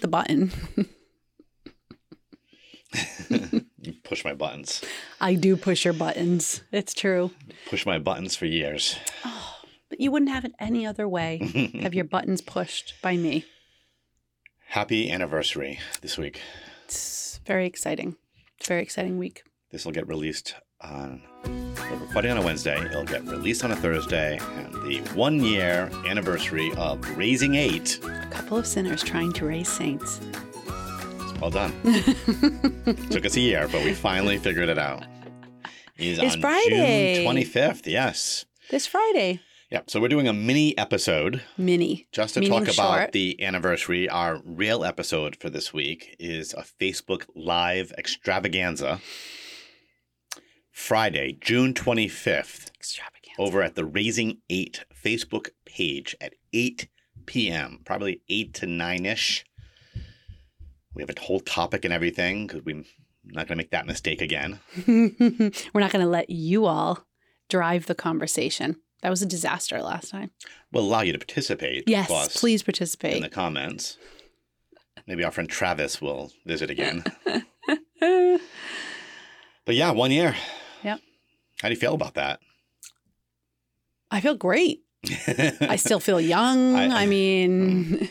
the button. you push my buttons. I do push your buttons. It's true. Push my buttons for years. Oh, but you wouldn't have it any other way. have your buttons pushed by me. Happy anniversary this week. It's very exciting. It's a very exciting week. This will get released on we're recording on a Wednesday. It'll get released on a Thursday. And the one year anniversary of Raising Eight. A couple of sinners trying to raise saints. It's well done. Took us a year, but we finally figured it out. It It's Friday. June 25th, yes. This Friday, Yep. So we're doing a mini episode mini. just to Meaning talk about short. the anniversary. Our real episode for this week is a Facebook Live extravaganza. Friday, June 25th. Extravaganza. over at the Raising Eight Facebook page at 8 p.m., probably 8 to 9 ish. We have a whole topic and everything because we're not going to make that mistake again. We're not going to let you all drive the conversation. That was a disaster last time. We'll allow you to participate. Yes, of course, please In participate. the comments. Maybe our friend Travis will visit again. Uh, but yeah, one year. Yep. How do you feel about that? I feel great. I still feel young. I, I- mean,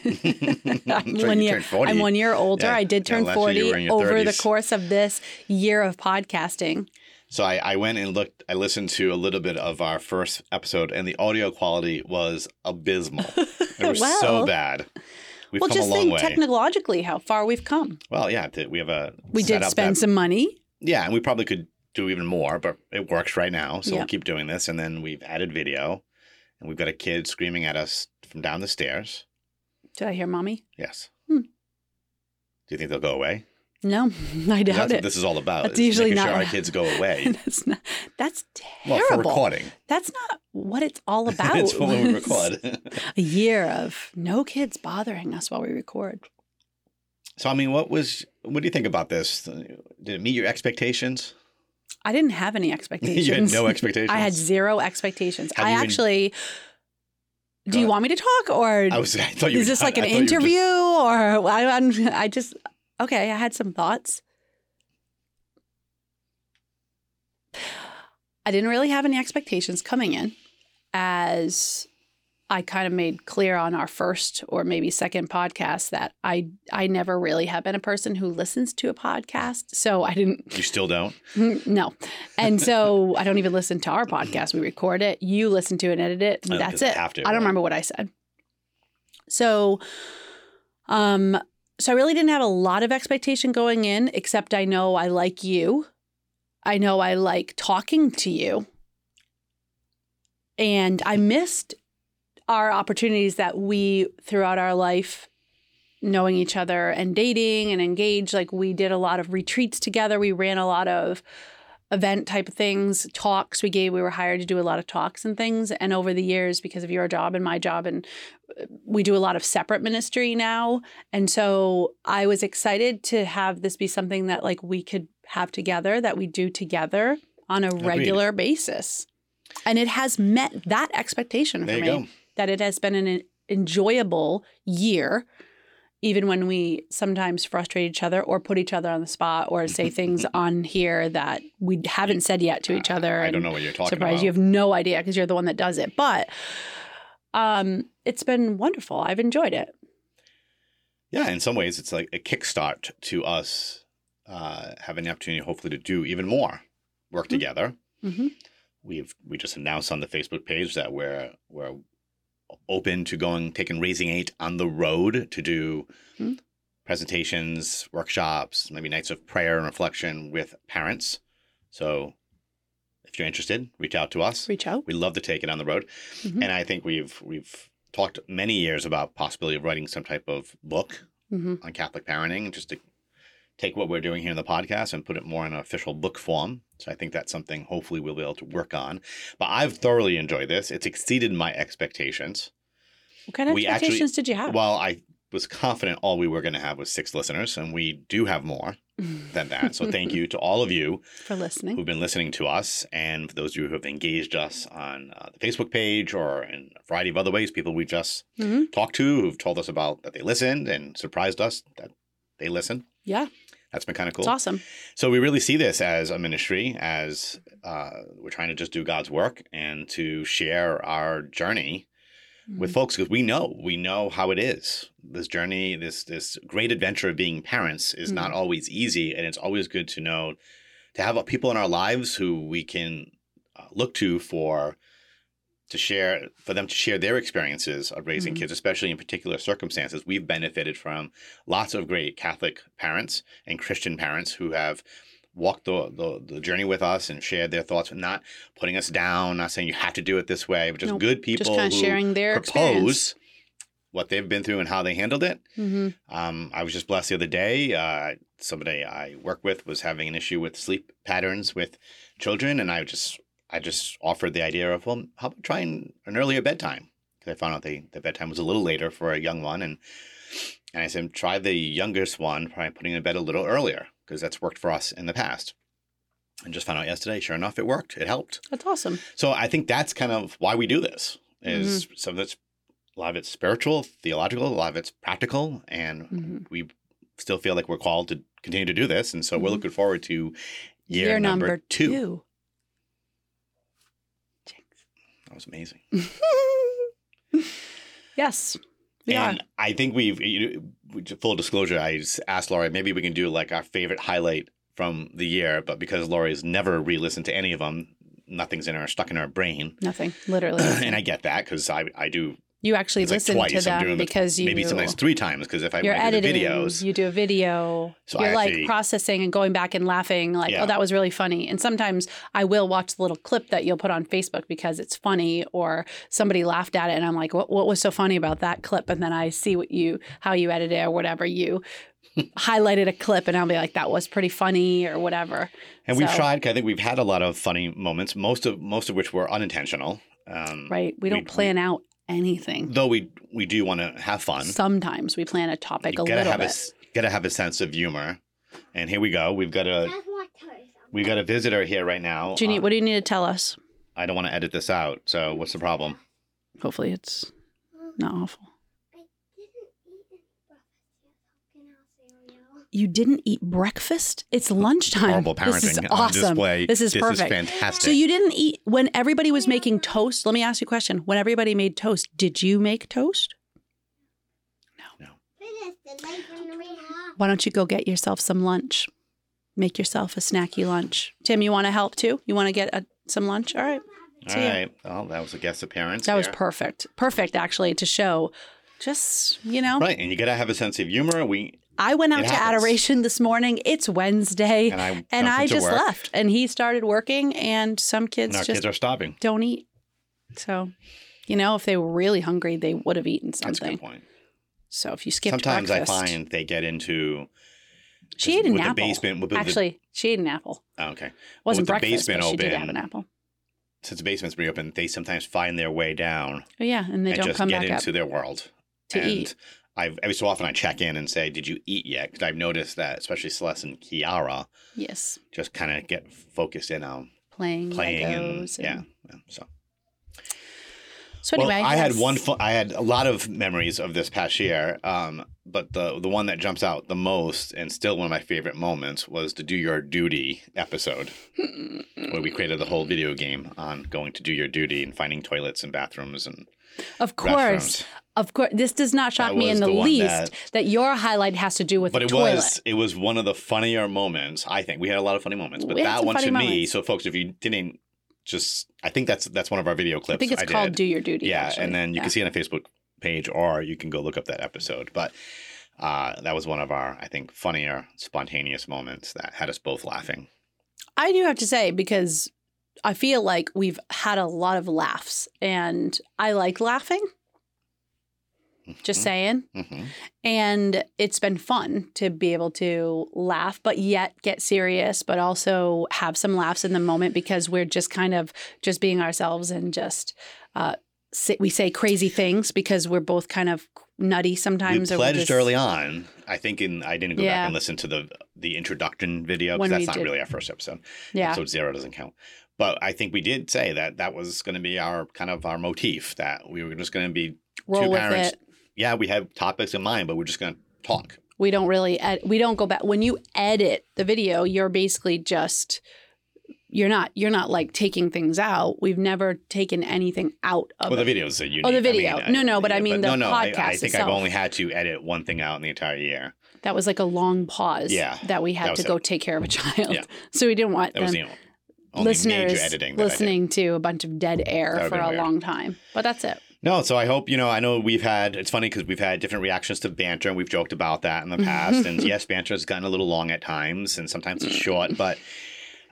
I'm So one you year. turned 40. I'm one year older. Yeah. I did Yeah, turn last year you were in forty your over the 30s. course of this year of podcasting. So I, I went and looked, I listened to a little bit of our first episode, and the audio quality was abysmal. It was so Well. bad. We've well, come just a long think way. technologically how far we've come. well, yeah, th- we have a. We did setup spend that- some money. yeah, and we probably could do even more, but it works right now. So Yeah. we'll keep doing this. And then we've added video, and we've got a kid screaming at us from down the stairs. Did I hear mommy? Yes. Hmm. Do you think they'll go away? No, I That's doubt what it. this is all about. That's is usually making not sure what our kids go away. that's not. That's well, terrible. for recording. That's not what it's all about. That's what was we record. A year of no kids bothering us while we record. So I mean, what was what do you think about this? Did it meet your expectations? I didn't have any expectations. you had no expectations. I had zero expectations. Have I you been- actually. do you Go want me to talk, or I was. I thought you. is were this done. like an I thought you were just- interview, or I, I'm, I just okay? I had some thoughts. I didn't really have any expectations coming in, as I kind of made clear on our first or maybe second podcast that I I never really have been a person who listens to a podcast, so I didn't you still don't. Mm, No. And so I don't even listen to our podcast. We record it, you listen to it and edit it. Oh, and that's 'cause I it. have to, I don't right? remember what I said. So um so I really didn't have a lot of expectation going in except I know I like you. I know I like talking to you. And I missed our opportunities that we throughout our life knowing each other and dating and engaged like we did a lot of retreats together we ran a lot of event type of things talks we gave we were hired to do a lot of talks and things and over the years because of your job and my job and uh, we do a lot of separate ministry now and so i was excited to have this be something that like we could have together that we do together on a regular basis and it has met that expectation There for you me go. that it has been an enjoyable year, even when we sometimes frustrate each other or put each other on the spot or say things on here that we haven't said yet to each other. I don't and know what you're talking surprise, about. you have no idea because you're the one that does it. But um, it's been wonderful. I've enjoyed it. yeah, in some ways, it's like a kickstart to us uh, having the opportunity, hopefully, to do even more work together. hmm We've we just announced on the Facebook page that we're we're open to going taking raising eight on the road to do Hmm. presentations, workshops, maybe nights of prayer and reflection with parents. So if you're interested, reach out to us. Reach out. We love to take it on the road. Mhm. And I think we've we've talked many years about possibility of writing some type of book hmm on Catholic parenting and just to take what we're doing here in the podcast and put it more in an official book form. So I think that's something hopefully we'll be able to work on. But I've thoroughly enjoyed this. It's exceeded my expectations. What kind of We actually- Oh. expectations did you have? While I was confident all we were going to have was six listeners, and we do have more. than that. So thank you to all of you for listening. who've been listening to us and for those of you who have engaged us on uh, the Facebook page or in a variety of other ways, people we just hmm talked to who've told us about that they listened and surprised us that they listen. Yeah, That's been kind of cool. it's awesome. So we really see this as a ministry, as uh, we're trying to just do God's work and to share our journey Mm-hmm. with folks because we know we know how it is. This journey, this this great adventure of being parents, is Mm-hmm. not always easy, and it's always good to know to have uh, people in our lives who we can uh, look to for to share for them to share their experiences of raising Mhm. kids, especially in particular circumstances. We've benefited from lots of great Catholic parents and Christian parents who have walked the, the, the journey with us and shared their thoughts, not putting us down, not saying you have to do it this way, but just Nope. good people Just kind of who sharing their experience. propose what they've been through and how they handled it. hmm Um, I was just blessed the other day. Uh, somebody I work with was having an issue with sleep patterns with children, and I just I just offered the idea of well, how about trying an earlier bedtime? Because I found out they the bedtime was a little later for a young one, and and I said try the youngest one, try putting in bed a little earlier because that's worked for us in the past. And just found out yesterday. Sure enough, it worked. It helped. That's awesome. So I think that's kind of why we do this. Is Mm-hmm. some of it's a lot of it's spiritual, theological, a lot of it's practical, and Mhm. we still feel like we're called to continue to do this. And so we're Mhm. looking forward to year, Year number, two. two. That was amazing. yes, we and are. I think we've you know, full disclosure. I s- asked Laurie maybe we can do like our favorite highlight from the year, but because Laurie's never re-listened to any of them, nothing's in her stuck in her brain. Nothing, literally. and I get that because I I do you actually it's like listen to twice. I'm them doing the- because you maybe sometimes three times because if I you're want to do the editing videos, You do a video. So I you're like actually- processing and going back and laughing, like, Yeah. oh, that was really funny. And sometimes I will watch the little clip that you'll put on Facebook because it's funny, or somebody laughed at it, and I'm like, what, what was so funny about that clip? And then I see what you how you edited it or whatever you highlighted a clip, and I'll be like, that was pretty funny or whatever. And we've So- tried. I think we've had a lot of funny moments, most of most of which were unintentional. Um, Right? We We- don't plan out anything. Though we we do want to have fun. Sometimes we plan a topic you a gotta little have a bit. s- gotta have a sense of humor. And here we go. We've got a Have water. we've got a visitor here right now. do you need? Uh, what do you need to tell us? I don't want to edit this out. So what's the problem? Hopefully, it's Um, not awful. I didn't eat any breakfast yet. How can I say no? you didn't eat breakfast. It's lunchtime. Horrible parenting This is on awesome. display. This is This is perfect. fantastic. so you didn't eat when everybody was making toast. Let me ask you a question. When everybody made toast, did you make toast? Finish the light when we have. Why don't you go get yourself some lunch? Make yourself a snacky lunch. Tim, you want to help too? You want to get a, some lunch? All right. All so yeah. right. Oh, that was a guest appearance. That was here. perfect. Perfect actually to show just, you know, Right, and you gotta have a sense of humor. We I went out It to happens. adoration this morning. It's Wednesday and I and jumped I into just work, left and he started working and some And kids our just kids are stopping. don't eat. So, you know, if they were really hungry, they would have eaten That's a good something. point. So if you skipped Sometimes breakfast, I find they get into she ate an with apple. the basement. With, with the- Actually, she ate an apple. oh, okay. It wasn't with the breakfast, basement but she did have an open, apple. since the basement's reopened, they sometimes find their way down Oh yeah, and they and don't just come get back up into their world to and eat. I've, every so often I check in and say, "Did you eat yet?" Because I've noticed that, especially Celeste and Kiara, Yes, just kind of get focused in on playing, playing Legos, and, and- yeah. yeah. So, So well, anyway, I had yes. one. Fu- I had a lot of memories of this past year, um, but the the one that jumps out the most and still one of my favorite moments was the "Do Your Duty" episode, where we created the whole video game on going to do your duty and finding toilets and bathrooms and of restrooms. course, of course, this does not shock That me was in the, the one least that- that... your highlight has to do with but the it toilet. was it was one of the funnier moments i think we had a lot of funny moments but We had that some one funny to me moments. so folks if you didn't just i think that's that's one of our video clips I think it's called did. "Do Your Duty." yeah actually. and then you Yeah. can see it on a facebook page or you can go look up that episode but uh, that was one of our i think funnier spontaneous moments that had us both laughing I do have to say because I feel like we've had a lot of laughs and I like laughing, just Mhm, saying. mhm. And it's been fun to be able to laugh, but yet get serious, but also have some laughs in the moment because we're just kind of just being ourselves and just uh, say, we say crazy things because we're both kind of nutty sometimes. we we're pledged just- early on. I think in I didn't go Yeah. back and listen to the the introduction video When because we that's not did- really our first episode. Yeah. Episode zero doesn't count. But I think we did say that that was going to be our kind of our motif that we were just going to be roll with parents- it. yeah we have topics in mind but we're just going to talk. We don't really ed- we don't go back when you edit the video. You're basically just you're not you're not like taking things out. We've never taken anything out of Well, it. the videos that you Oh, the video. No, no, but I mean the no, no, I, I podcast think itself. I've only had to edit one thing out in the entire year. That was like a long pause. Yeah, that we that had was to it. go take care of a child. Yeah. So we didn't want That was them the only listeners major editing. That I did. listening to a bunch of dead That air would've for been a weird. long time. But that's it. No, so I hope you know. I know we've had. It's funny because we've had different reactions to banter, and we've joked about that in the past. and yes, banter has gotten a little long at times, and sometimes it's short. But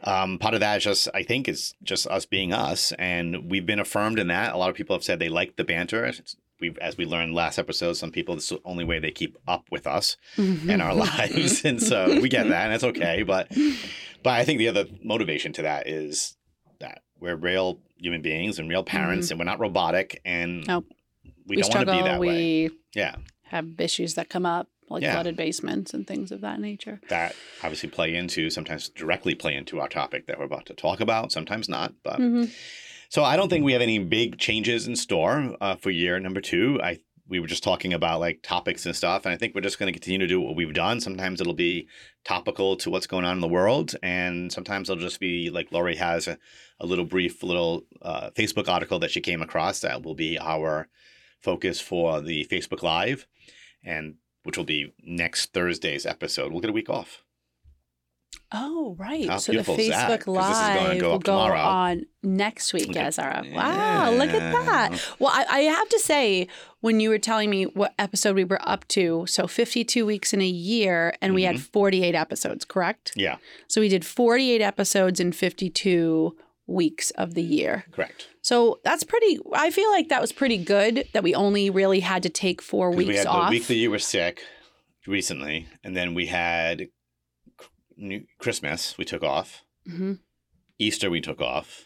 um, part of that is just, I think, is just us being us, and we've been affirmed in that. A lot of people have said they like the banter. It's- We've, as we learned last episode, some people it's the only way they keep up with us Mm-hmm. in our lives, and so we get that, and that's okay. But but I think the other motivation to that is that we're real human beings and real parents, and we're not robotic, and Mm-hmm. Nope. we, don't want to be that we way. Yeah, have issues that come up, like Yeah. flooded basements and things of that nature. that obviously play into sometimes directly play into our topic that we're about to talk about. Sometimes not, but Mhm. so I don't think we have any big changes in store uh, for year number two. I we were just talking about like topics and stuff, and I think we're just going to continue to do what we've done. Sometimes it'll be topical to what's going on in the world, and sometimes it'll just be like Lori has a, a little brief little uh, Facebook article that she came across that will be our focus for the Facebook Live, and which will be next Thursday's episode. We'll get a week off. Oh, right. How so the beautiful is that? Facebook 'Cause this is gonna Live go will up go tomorrow. on next week Look at- as our. Wow, look at that. Yeah. Well, I, I have to say, when you were telling me what episode we were up to, so 52 weeks in a year, and we had 48 episodes, correct? Mm-hmm. Yeah, So we did 48 episodes in 52 weeks of the year. correct. So that's pretty, I feel like that was pretty good that we only really had to take four 'Cause weeks we had off. the week that you were sick recently, and then we had C- New- Christmas. We took off hmm Easter. We took off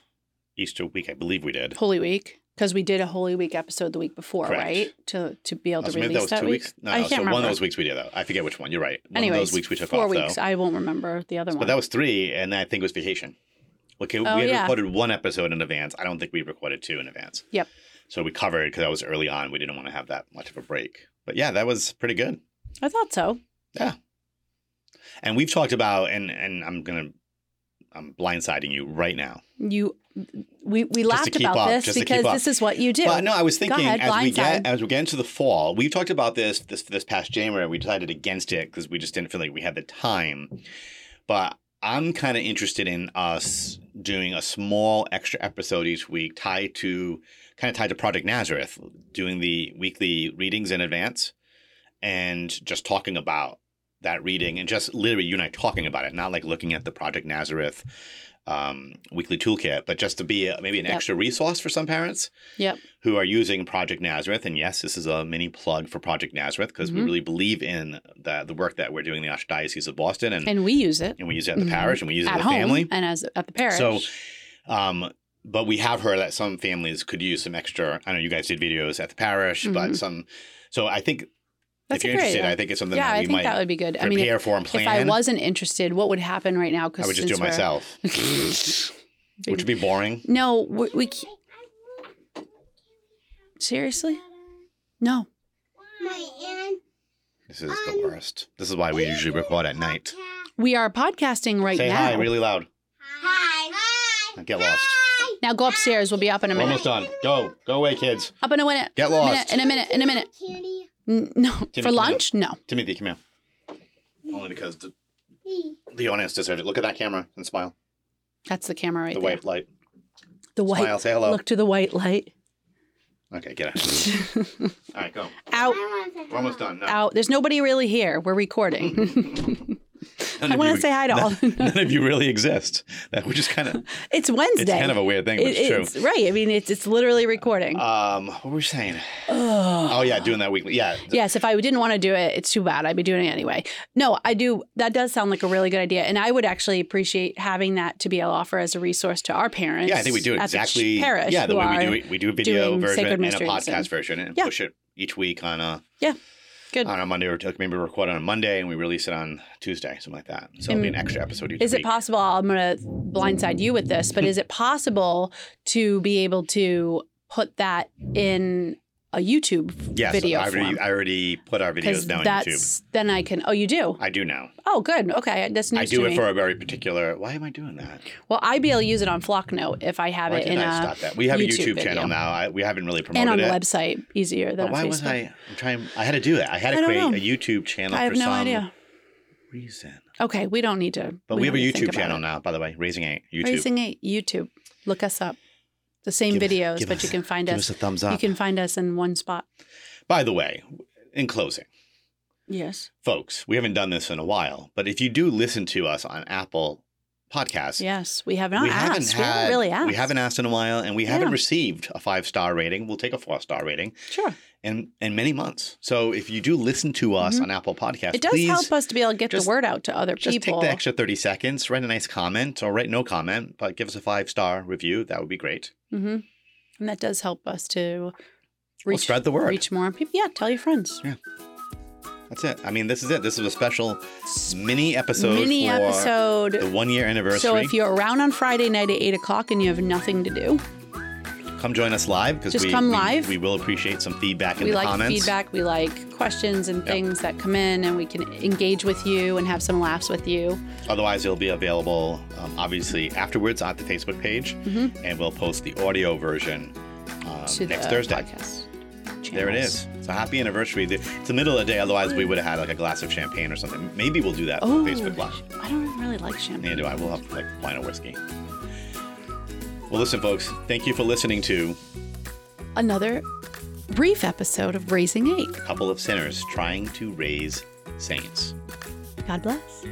Easter week. I believe we did. Holy Week. Because we did a Holy Week episode the week before, Correct. right? To to be able to Also, release maybe that was two week. weeks. No, I no, can't so remember. one of those weeks we did though. I forget which one. You're right. One Anyways, of those weeks we took four off weeks. though. I won't remember the other but one. that was three, and I think it was vacation. Okay, Oh, we had yeah. recorded one episode in advance. I don't think we recorded two in advance. Yep. So we covered because that was early on. We didn't want to have that much of a break. But yeah, that was pretty good. I thought so. And we've talked about, and and I'm gonna, I'm blindsiding you right now. You, we we to laughed keep about up, this just to keep because up. this is what you do. Well, no, I was Go thinking ahead, as we blindside. get as we get into the fall, we talked about this this this past January. We decided against it because we just didn't feel like we had the time. But I'm kind of interested in us doing a small extra episode each week, tied to kind of tied to Project Nazareth, doing the weekly readings in advance, and just talking about that reading and just literally you and I talking about it, not like looking at the Project Nazareth um, weekly toolkit, but just to be a, maybe an Yep. extra resource for some parents Yep. who are using Project Nazareth. And yes, this is a mini plug for Project Nazareth because Mhm. we really believe in the, the work that we're doing in the Archdiocese of Boston and, and, And we use it we use it at the Mhm. parish and we use it at at the home family. and as at the parish. So, um, but we have heard that some families could use some extra. I know you guys did videos at the parish, Mhm. but some. So I think That's if you're a great interested, idea. I think it's something yeah, that I we think might that would be good. I prepare mean, if, for and if plan. I wasn't interested, what would happen right now? Because I would just do it myself, myself. which would be boring. no, we, we c- seriously no. My aunt. This is the Um, worst. This is why we usually record at night. We are podcasting right Say now. hi really loud. Hi. Hi. Now Get lost. Now go upstairs. We'll be up in a We're minute. almost done. Go. Go away, kids. Up in a minute. Get A lost. minute, in a minute. In a minute. Kitty. N- No, for Timmy, come lunch. No. Timothy, come here. Only because the, Kitty. the audience deserved it. Look at that camera and smile. That's the camera right the there. white light. The white. Smile. Say hello. Look to the white light. Okay, get out. All right, go. out, I want to Oh. We're almost done. No. Mm-hmm. out. There's nobody really here. We're recording. None I of want you- to say hi to all. None, none of you really exist. That which is kind of it's Wednesday. it's kind of a weird thing, but It- it's true. it's right. I mean, it's it's literally recording. Um, what were we saying? Ugh. Oh yeah, doing that weekly. Yeah, Yes, if I didn't want to do it, it's too bad. I'd be doing it anyway. No, I do. That does sound like a really good idea, and I would actually appreciate having that to be able to offer as a resource to our parents. yeah. I think we do it at the ch- exactly. parish yeah, the who way we are- do it. We do a video doing version sacred and a mysteries podcast and- version, and Yeah. push it each week on a Yeah. Good. on a Monday or t- maybe record on a Monday and we release it on Tuesday, something like that. So it'll be an And extra episode each Is it week. possible? I'm going to blindside you with this, but is it possible to be able to put that in a YouTube Yes, video I already form? I already put our videos down on YouTube. that's then I can. Oh, you do. I do now. Oh, good. Okay, that's news I do to it me. for a very particular. Why am I doing that? well, I'd be able to use it on Flocknote if I have Why it did in I a stop that? We have a YouTube YouTube channel video. now. I, we haven't really promoted and on the it. website easier than But why on Facebook. was I? I'm trying. I had to do that. I had I to don't create know. a YouTube channel. I have for no some idea. Reason. Okay, we don't need to. But we, have a don't need to think YouTube about channel it. now, by the way. Raising Eight YouTube. Raising Eight YouTube. Look us up. The same Give us- videos, give but you us- can find Give us. us a thumbs You up. can find us in one spot. By the way, in closing, Yes. folks, we haven't done this in a while, but if you do listen to us on Apple Podcasts, Yes, we have not we haven't asked. we had haven't really asked. we haven't asked in a while, and we Yeah. haven't received a five star rating. We'll take a four star rating Sure. in in many months. So if you do listen to us Mhm. on Apple Podcasts, It does please help us to be able to get just- the word out to other just people. take the extra thirty seconds, write a nice comment, or write no comment, but give us a five star review. That would be great. hmm And that does help us to We'll reach, spread the word. reach more people. Yeah, tell your friends. That's it. I mean, this is it. This is a special mini episode Mini for episode. the one year anniversary. So if you're around on Friday night at eight o'clock and you have nothing to do, come join us live because Just we, come we- live. we will appreciate some feedback in we the like comments. feedback, we like questions and things that come in, and we can engage with you and have some laughs with you. Otherwise, it'll be available um, obviously afterwards on the Facebook page, and we'll post the audio version um, Mm-hmm. To next the Thursday. podcast There it channels. is. So happy anniversary! The- It's the middle of the day. Otherwise, we would have had like a glass of champagne or something. Maybe we'll do that for Oh, Facebook Live. I don't really like champagne. Neither do I. We'll have like wine or whiskey. Well, listen, folks. Thank you for listening to Another brief episode of Raising Eight. a couple of sinners trying to raise saints. God bless.